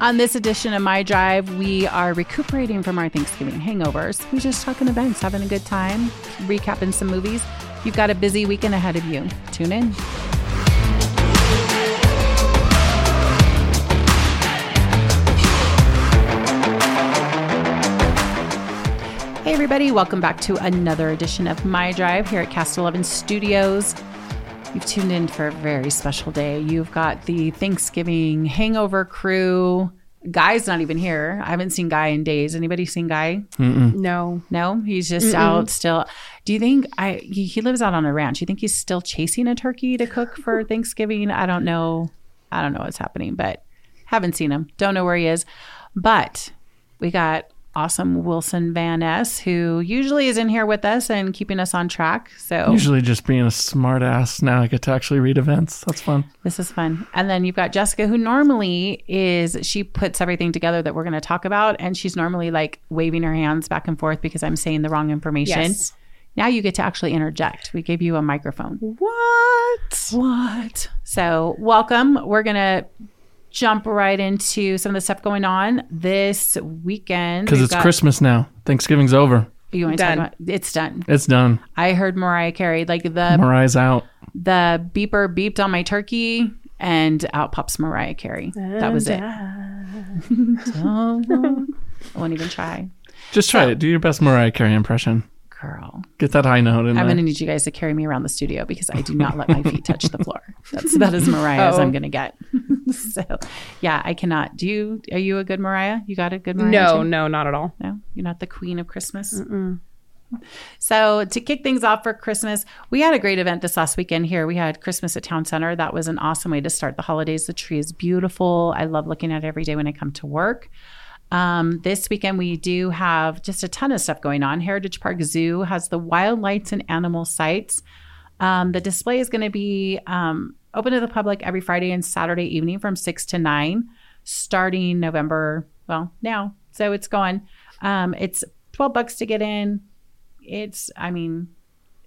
On this edition of My Drive, we are recuperating from our Thanksgiving hangovers. We're just talking events, having a good time, recapping some movies. You've got a busy weekend ahead of you. Tune in. Hey, everybody, welcome back to another edition of My Drive here at Cast 11 Studios. You've tuned in for a very special day. You've got the Thanksgiving hangover crew. Guy's not even here. I haven't seen Guy in days. Anybody seen Guy? No. No, he's just out still. Do you think I he he lives out on a ranch? You think he's still chasing a turkey to cook for Thanksgiving? I don't know. I don't know what's happening, but haven't seen him. Don't know where he is. But we got awesome Wilson Van S who usually is in here with us and keeping us on track. So Usually just being a smart ass. Now I get to actually read events. That's fun. This is fun. And then you've got Jessica, who normally is, she puts everything together that we're going to talk about. And she's normally like waving her hands back and forth because I'm saying the wrong information. Yes. Now you get to actually interject. We gave you a microphone. What? What? So, welcome. We're going to jump right into some of the stuff going on this weekend. Because We've it's got- Christmas now. Thanksgiving's over. You want to talk Done. about It's done. It's done. I heard Mariah Carey, like the Mariah's out. the beeper beeped on my turkey and out pops Mariah Carey. That was it. I won't even try. Just try it. Do your best Mariah Carey impression. Girl, Get that high note in I'm there. going to need you guys to carry me around the studio because I do not let my feet touch the floor. That's that is Mariah as Oh. I'm going to get. so, yeah, I cannot. Do you? Are you a good Mariah? You got a good Mariah? No, too? no, not at all. no, you're not the queen of Christmas. So, to kick things off for Christmas, we had a great event this last weekend here. We had Christmas at Town Center. That was an awesome way to start the holidays. The tree is beautiful. I love looking at it every day when I come to work. Um, this weekend, we do have just a ton of stuff going on. Heritage Park Zoo has the wild lights and animal sights. Um, the display is going to be um, open to the public every Friday and Saturday evening from 6 to 9, starting November, well, now. So it's going. Um, it's 12 bucks to get in. It's, I mean,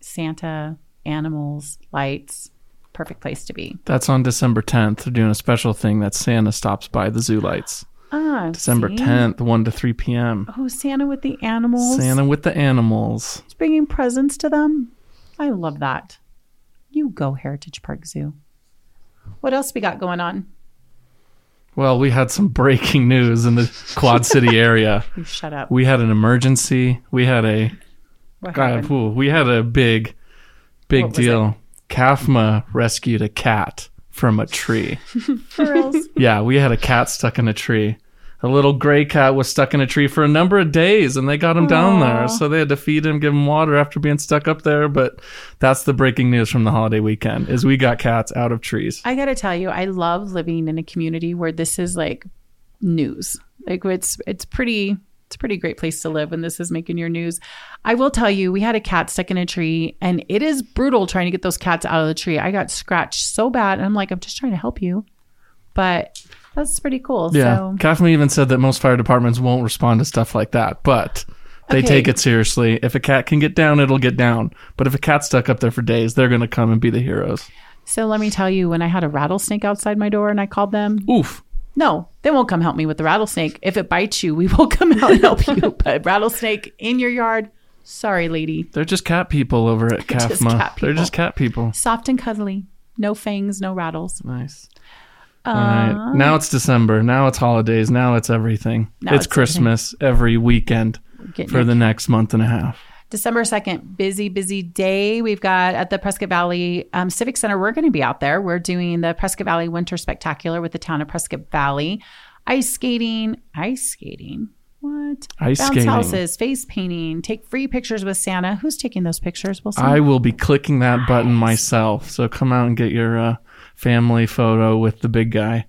Santa, animals, lights, perfect place to be. That's on December 10th. They're doing a special thing that Santa stops by the zoo lights. Ah, December see? 10th, 1 to 3 p.m. Oh, Santa with the animals. Santa with the animals. He's bringing presents to them. I love that. You go, Heritage Park Zoo. What else we got going on? Well, we had some breaking news in the Quad City area. You shut up. We had an emergency. We had a What God, happened? ooh, we had a big, big What was deal. CAFMA rescued a cat from a tree. Squirrels. yeah, we had a cat stuck in a tree. A little gray cat was stuck in a tree for a number of days, and they got him down there. So they had to feed him, give him water after being stuck up there. But that's the breaking news from the holiday weekend: is we got cats out of trees. I gotta tell you, I love living in a community where this is like news. Like it's it's pretty it's a pretty great place to live when this is making your news. I will tell you, we had a cat stuck in a tree, and it is brutal trying to get those cats out of the tree. I got scratched so bad, and I'm like, I'm just trying to help you, but that's pretty cool. Yeah, So CAFMA even said that most fire departments won't respond to stuff like that, but. They Okay. take it seriously. If a cat can get down, it'll get down. But if a cat's stuck up there for days, they're going to come and be the heroes. so let me tell you, when I had a rattlesnake outside my door, and I called them, Oof. No, they won't come help me with the rattlesnake. If it bites you, we will come out and help you. But rattlesnake in your yard, sorry, lady. They're just cat people over at They're just CAFMA. cat They're people. just cat people. Soft and cuddly, no fangs, no rattles. Nice. All Uh, right. Now it's December. Now it's holidays. Now it's everything. Now it's, it's Christmas every weekend Getting for it. the next month and a half. December 2nd, busy, busy day. We've got at the Prescott Valley um, Civic Center, we're going to be out there. We're doing the Prescott Valley Winter Spectacular with the town of Prescott Valley. Ice skating, ice skating. What? Ice Bounce skating. houses, face painting, take free pictures with Santa. Who's taking those pictures? We'll see. I will be clicking that button myself. So come out and get your uh, family photo with the big guy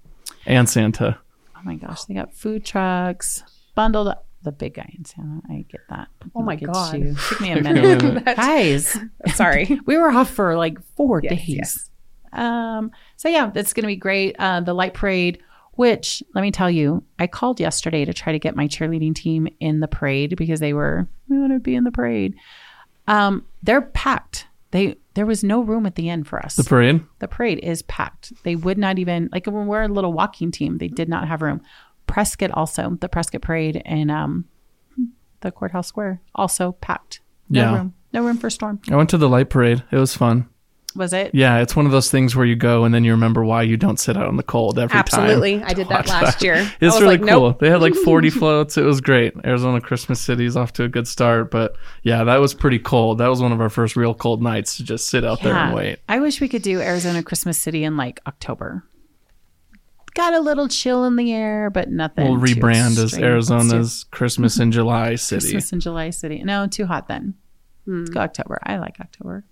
and Santa. Oh my gosh, they got food trucks bundled up. The big guy in Santa. I get that. Oh my Look at God. you. Took me a minute. Guys, Sorry. we were off for like four Yes, days. yes. Um, so yeah, that's going to be great. Uh, the light parade, which let me tell you, I called yesterday to try to get my cheerleading team in the parade because they were we want to be in the parade. Um, they're packed. They there was no room at the end for us The parade. the parade is packed. They would not even like when we're a little walking team, they did not have room. Prescott also, the Prescott Parade in um, the courthouse square, also packed. No Yeah. room. No room for storm. I went to the light parade. It was fun. Was it? Yeah, it's one of those things where you go and then you remember why you don't sit out in the cold every time. Absolutely. I did that watch last that. year. I It's was really like, cool. Nope. They had like 40 floats. It was great. Arizona Christmas City's off to a good start, but yeah, that was pretty cold. That was one of our first real cold nights to just sit out there Yeah. and wait. I wish we could do Arizona Christmas City in like October. Got a little chill in the air, but nothing. We'll too rebrand as extreme. Arizona's Christmas in July City. Christmas in July City. No, too hot then. Let's go October. I like October.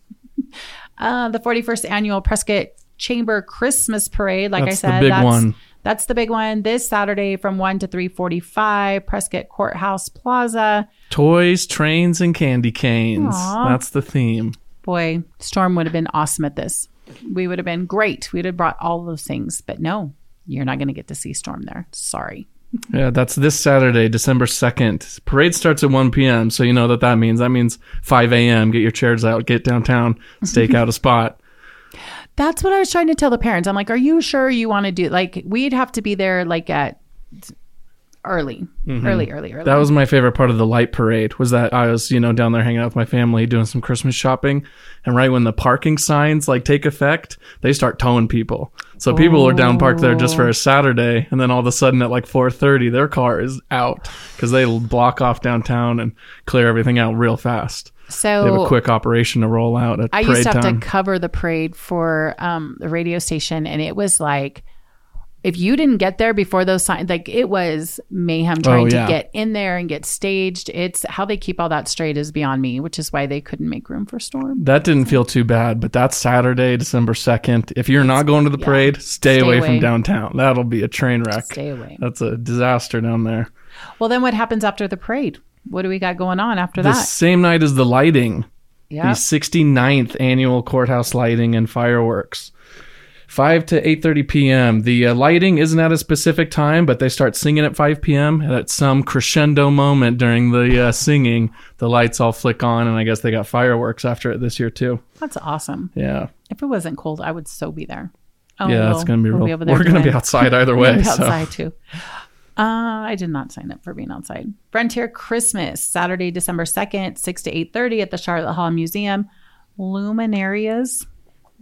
uh, the 41st annual Prescott Chamber Christmas Parade. Like That's I the said, big that's one. that's the big one. This Saturday from one to three forty-five, Prescott Courthouse Plaza. Toys, trains, and candy canes. Aw. That's the theme. Boy, Storm would have been awesome at this. We would have been great. We'd have brought all those things, but no, you're not going to get to see Storm there. Sorry. Yeah, that's this Saturday, December 2nd. Parade starts at 1 p.m., so you know that that means. That means 5 a.m. Get your chairs out, get downtown, stake out a spot. That's what I was trying to tell the parents. I'm like, are you sure you want to do like we'd have to be there like at early, early, early, early. Mm-hmm. That was my favorite part of the light parade was that I was, you know, down there hanging out with my family doing some Christmas shopping. And right when the parking signs like take effect, they start towing people. So people are down parked there just Oh. for a Saturday. And then all of a sudden at like 430, their car is out because they block off downtown and clear everything out real fast. so They have a quick operation to roll out at Oh. I parade used to have time. to cover the parade for um, the radio station, and it was like, if you didn't get there before those signs, like it was mayhem trying Oh, yeah. to get in there and get staged. It's how they keep all that straight is beyond me, which is why they couldn't make room for Storm. That didn't feel too bad, but that's Saturday, December 2nd. If you're not going to the parade, stay, Stay away, from away. downtown. That'll be a train wreck. Stay away. That's a disaster down there. Well, then what happens after the parade? What do we got going on after The that? same night as the lighting, the Yeah. 69th annual courthouse lighting and fireworks. 5 to 8:30 p.m. The uh, lighting isn't at a specific time, but they start singing at 5 p.m. and at some crescendo moment during the uh, singing, the lights all flick on and I guess they got fireworks after it this year too. That's awesome. Yeah. If it wasn't cold, I would so be there. Oh, Yeah, we'll- it's going to be we'll real. over there We're going to be doing- outside either way. Maybe so. outside too. Uh, I did not sign up for being outside. Frontier Christmas, Saturday, December second, six to eight thirty at the Charlotte Hall Museum. Luminarias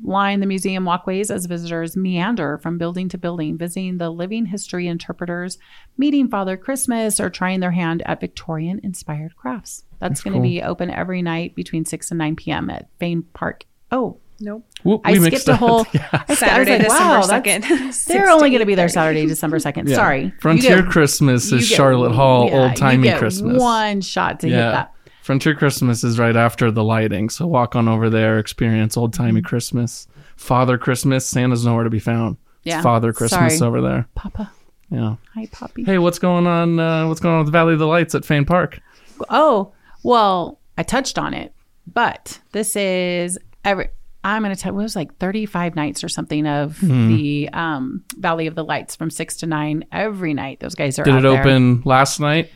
line the museum walkways as visitors meander from building to building, visiting the living history interpreters, meeting Father Christmas, or trying their hand at Victorian inspired crafts. That's, going to cool. be open every night between six and nine p.m. at Fame Park. Oh, Nope. Whoop, I we skipped mixed a up. whole- Yeah. I was Saturday, like, wow, December that's- 2nd. they're only going to be there Saturday, December second. Yeah. Sorry, You Frontier get- Christmas You is get- Charlotte Hall yeah, old timey you get Christmas. One shot to hit yeah. that. Frontier Christmas is right after the lighting. So walk on over there, experience old timey Mm-hmm. Christmas. Father Christmas, Santa's nowhere to be found. It's Yeah. Father Christmas Sorry. over there. Papa, Yeah. hi, Poppy. Hey, what's going on? Uh, what's going on with the Valley of the Lights at Fane Park? Oh, well, I touched on it, but this is every. I'm going to tell. It was like 35 nights or something of Hmm. the um, Valley of the Lights from six to nine every night. Those guys are. Did out it there. open last night?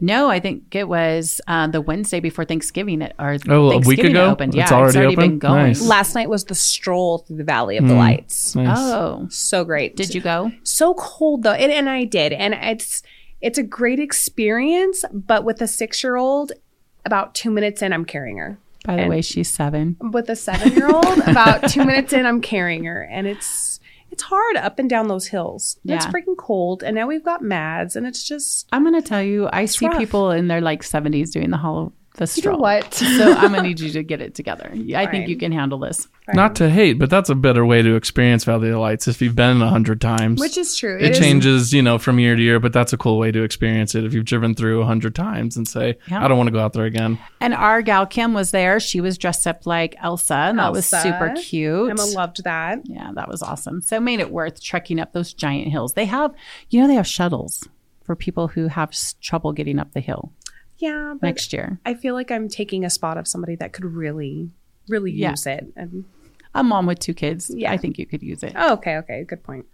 No, I think it was uh, the Wednesday before Thanksgiving. It or Oh, a week Thanksgiving ago? It opened. It's Yeah, already open? been going. Nice. Last night was the stroll through the Valley of the Lights. Nice. Oh, So great. did you go? so cold though and, and i did and it's it's a great experience but with a six year old about two minutes in i'm carrying her By the way, she's seven. with a seven year old about two minutes in i'm carrying her and it's it's hard up and down those hills it's Yeah. freaking cold and now we've got mads and it's just I'm gonna tell you, I see rough. people in their like 70s doing the hollow the you know stroll. what so I'm gonna need you to get it together. I think right. you can handle this. Not to hate, but that's a better way to experience Valley of the Lights if you've been a hundred times. which is true it is- changes, you know, from year to year, but that's a cool way to experience it if you've driven through a hundred times and say, Yeah. I don't want to go out there again. And our gal Kim was there. She was dressed up like Elsa, and that was Elsa. super cute. emma loved that yeah, that was awesome. So it made it worth trekking up those giant hills. They have, you know, they have shuttles for people who have s- trouble getting up the hill yeah but next year. i feel like i'm taking a spot of somebody that could really really Yeah. use it and A mom with two kids, Yeah. I think you could use it. oh, okay okay good point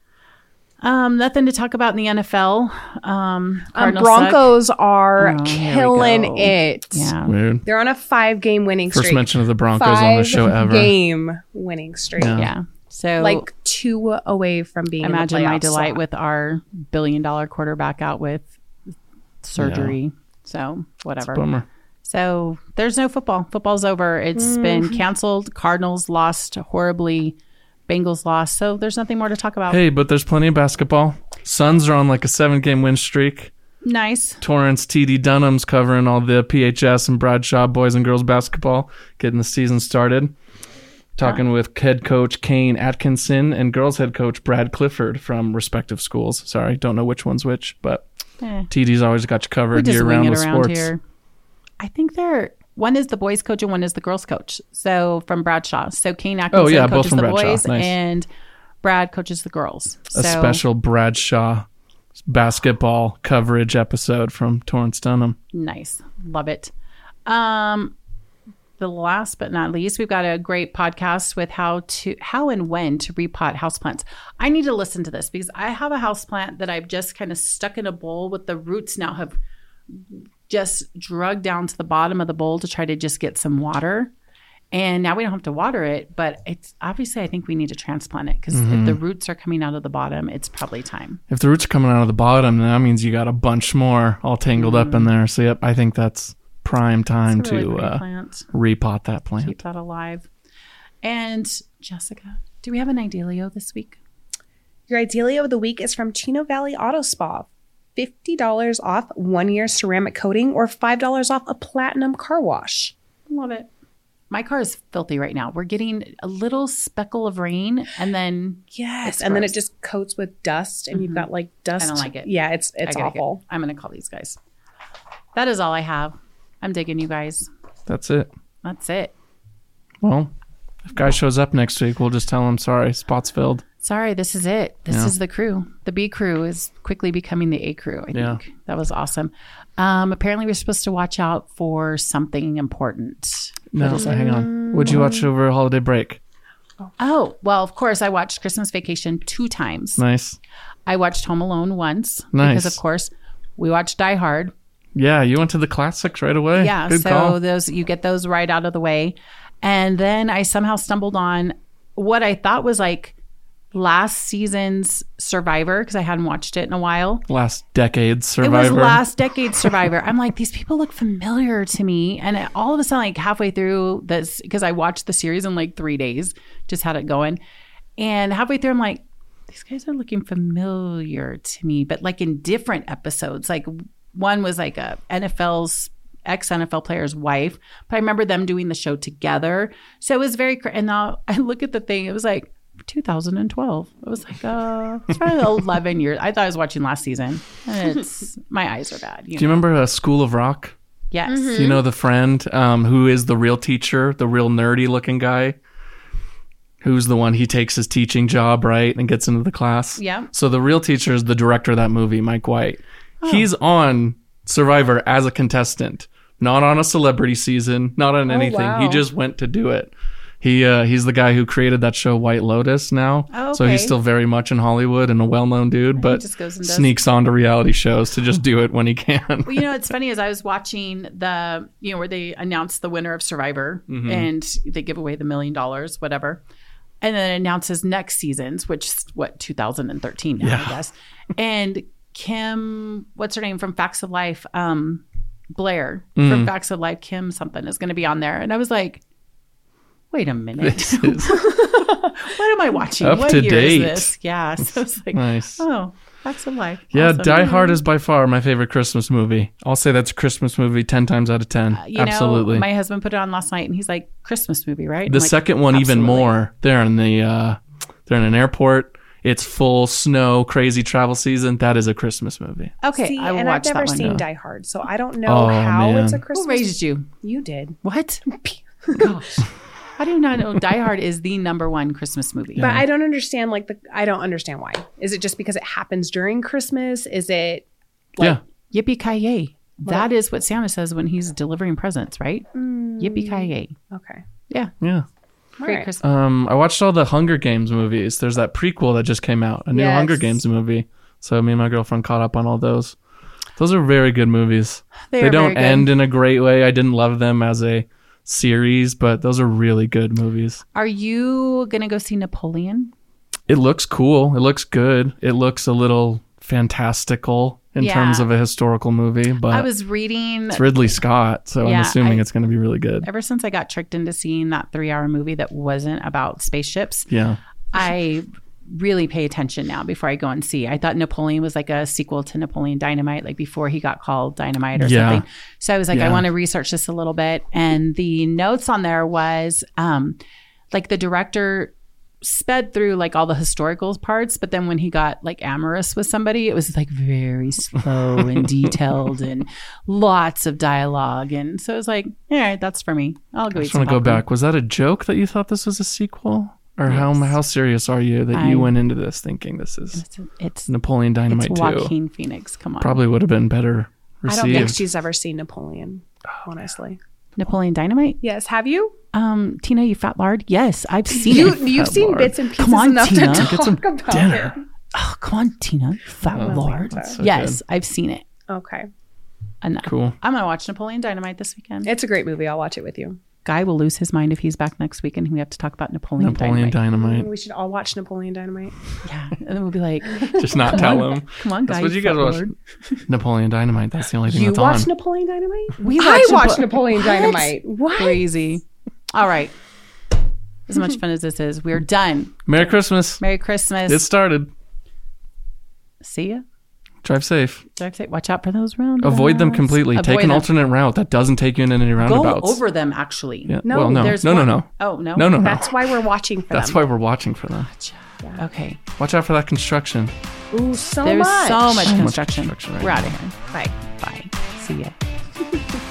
Um, nothing to talk about in the NFL. Um, Um, Cardinals suck. Broncos are Oh, here we go. killing it. Yeah. Weird. They're on a five game winning First streak. mention of the Broncos five on the show ever. game winning streak. Yeah. Yeah. So like two away from being. in the imagine my playoff delight slot. with our billion dollar quarterback out with surgery. So whatever. Bummer. So there's no football. Football's over. It's Mm-hmm. been canceled. Cardinals lost horribly. Bengals lost. So there's nothing more to talk about. Hey, but there's plenty of basketball. Suns are on like a seven game win streak. Nice. Torrance TD Dunham's covering all the PHS and Bradshaw boys and girls basketball, getting the season started. Talking with head coach Kane Atkinson and girls head coach Brad Clifford from respective schools. Sorry, don't know which one's which, but Eh, TD's always got you we covered just year wing round it with around sports. here. I think they're one is the boys coach and one is the girls coach. So from Bradshaw. So Kane Atkinson Oh, yeah, both coaches from the Bradshaw. boys Nice. and Brad coaches the girls. A so special Bradshaw basketball coverage episode from Torrance Dunham. Nice. Love it. Um the last but not least, we've got a great podcast with how to how and when to repot houseplants. I need to listen to this because I have a houseplant that I've just kind of stuck in a bowl with the roots now have just drug down to the bottom of the bowl to try to just get some water. And now we don't have to water it, but it's obviously I think we need to transplant it because Mm-hmm. if the roots are coming out of the bottom, it's probably time. If the roots are coming out of the bottom, then that means you got a bunch more all tangled up in there. So, yep, I think that's prime time It's Mm-hmm. a really to pretty uh, plant. repot that plant. keep that alive. And Jessica, do we have an idilio this week? Your Idealio of the week is from Chino Valley Auto Spa. $50 off one year ceramic coating or $5 off a platinum car wash. Love it. My car is filthy right now. We're getting a little speckle of rain, and then Yes. It's and then gross. Mm-hmm. it just coats with dust and you've got like dust. like it. Yeah, it's it's I gotta get- awful. I'm going to call these guys. That is all I have. I'm digging you guys. That's it. That's it. Well, if guy shows up next week, we'll just tell him sorry, spots filled. Sorry, this is it. This Yeah. is the crew. The B crew is quickly becoming the A crew. I think Yeah. that was awesome. Um, apparently, we're supposed to watch out for something important. No, hang mm. on. What'd you watch over holiday break? Oh, well, of course, I watched Christmas Vacation two times. Nice. I watched Home Alone once Nice. because, of course, we watched Die Hard. Yeah, you went to the classics right away. Yeah, good so call. those you get those right out of the way, and then I somehow stumbled on what I thought was like last season's Survivor because I hadn't watched it in a while. Last decade's It survivor. was last decade Survivor. I'm like, these people look familiar to me. And it- all of a sudden, like halfway through this, because I watched the series in like three days, just had it going. And halfway through, I'm like, these guys are looking familiar to me, but like in different episodes. Like one was like a NFL's ex NFL player's wife, but I remember them doing the show together. So it was very, cr- and now I look at the thing, it was like, 2012. I was like, uh, it's probably 11 years. I thought I was watching last season. It's my eyes are bad. You Do know? you remember uh, School of Rock? Yes. Do you know the friend um, who is the real teacher, the real nerdy looking guy? Who's the one he takes his teaching job, right? And gets into the class. Yeah. So the real teacher is the director of that movie, Mike White. Oh. He's on Survivor as a contestant, not on a celebrity season, not Oh, on anything. He wow. just went to do it. He uh, he's the guy who created that show White Lotus now. Oh, So okay. he's still very much in Hollywood and a well known dude, but just goes and does- sneaks onto reality shows to just do it when he can. Well, you know, it's funny as I was watching the, you know, where they announced the winner of Survivor Mm-hmm. and they give away the million dollars, whatever, and then announces next season's, which is what 2013 now, I guess. And Kim, what's her name from Facts of Life? Um, Blair Mm. from Facts of Life, Kim something is going to be on there, and I was like, wait a minute, what am I watching? Up what to year date. is this? Yeah, so it's like, nice. oh, Facts of Life. Yeah, Awesome. Die Hard is by far my favorite Christmas movie. I'll say that's a Christmas movie 10 times out of 10. Uh, you absolutely. know, my husband put it on last night and he's like, Christmas movie, right? I'm the like, second one even absolutely. more. They're in the uh they're in an airport. It's full snow, crazy travel season. That is a Christmas movie. Okay, See, I will and watch I've never that one. seen Yeah. Die Hard, so I don't know Oh, how it's a man. Who Christmas. raised you? You did. What? Gosh. How do you not know Die Hard is the number one Christmas movie? But I don't understand like the I don't understand why. Is it just because it happens during Christmas? Is it yeah. Yippee ki yay. That is what Santa says when he's delivering presents, right? Yippee ki yay. okay. Yeah. Yeah. Great right. Christmas. Um I watched all the Hunger Games movies. There's that prequel that just came out, a new Yes. Hunger Games movie. So me and my girlfriend caught up on all those. Those are very good movies. They they are very don't good. end in a great way. I didn't love them as a series, but those are really good movies. Are you going to go see Napoleon? It looks cool. It looks good. It looks a little fantastical in Yeah. terms of a historical movie, but I was reading it's Ridley Scott, so Yeah, I'm assuming I- it's going to be really good. ever since I got tricked into seeing that three hour movie that wasn't about spaceships, Yeah. I really pay attention now before I go and see. I thought Napoleon was like a sequel to Napoleon Dynamite, like before he got called Dynamite or Yeah. something. So I was like, I Yeah. want to research this a little bit. And the notes on there was um, like the director sped through like all the historical parts but then when he got like amorous with somebody it was like very slow and detailed and lots of dialogue and so it was like all right that's for me i'll go I eat just some want to go popcorn." back. Was that a joke that you thought this was a sequel? Or how Yes. how serious are you that I- you went into this thinking this is it's, it's, Napoleon Dynamite it's 2? joaquin phoenix come on Probably would have been better I don't think received. she's ever seen Napoleon, honestly. Napoleon Dynamite? Yes, have you? Um, Tina, you fat lard? Yes, I've seen You it. you've seen Lord. bits and pieces Come on, enough Tina, to talk Get some about dinner. it. Oh, come on, Tina, you fat Oh, lard. that's so yes, I've seen it. Okay, Enough. Cool. I'm gonna watch Napoleon Dynamite this weekend. it's a great movie. I'll watch it with you. Guy will lose his mind if he's back next week and we have to talk about Napoleon, Napoleon Dynamite. Dynamite. We should all watch Napoleon Dynamite. yeah, and then we'll be like, Just not tell him. come on, That's guy. what you guys fat watch. lard. Napoleon Dynamite. That's the only thing You that's watch on. Napoleon Dynamite? We I watch watched Napo- Napoleon What? Dynamite. What? Crazy. All right. As much fun as this is, we're done. Merry Christmas. Merry Christmas. It started. See ya. Drive safe. Did I say watch out for those roundabouts? Avoid them completely. Take Avoid an them. alternate route that doesn't take you in any Go roundabouts. over them. Actually. Yeah. No, well, no. There's no, no, one- no, Oh no. no, no, no. That's why we're watching for That's them. why we're watching for them. Okay. Watch out for that construction. Ooh, so There's much. so Oh, much So much construction. construction right We're now. out of here. Bye. Bye. See ya.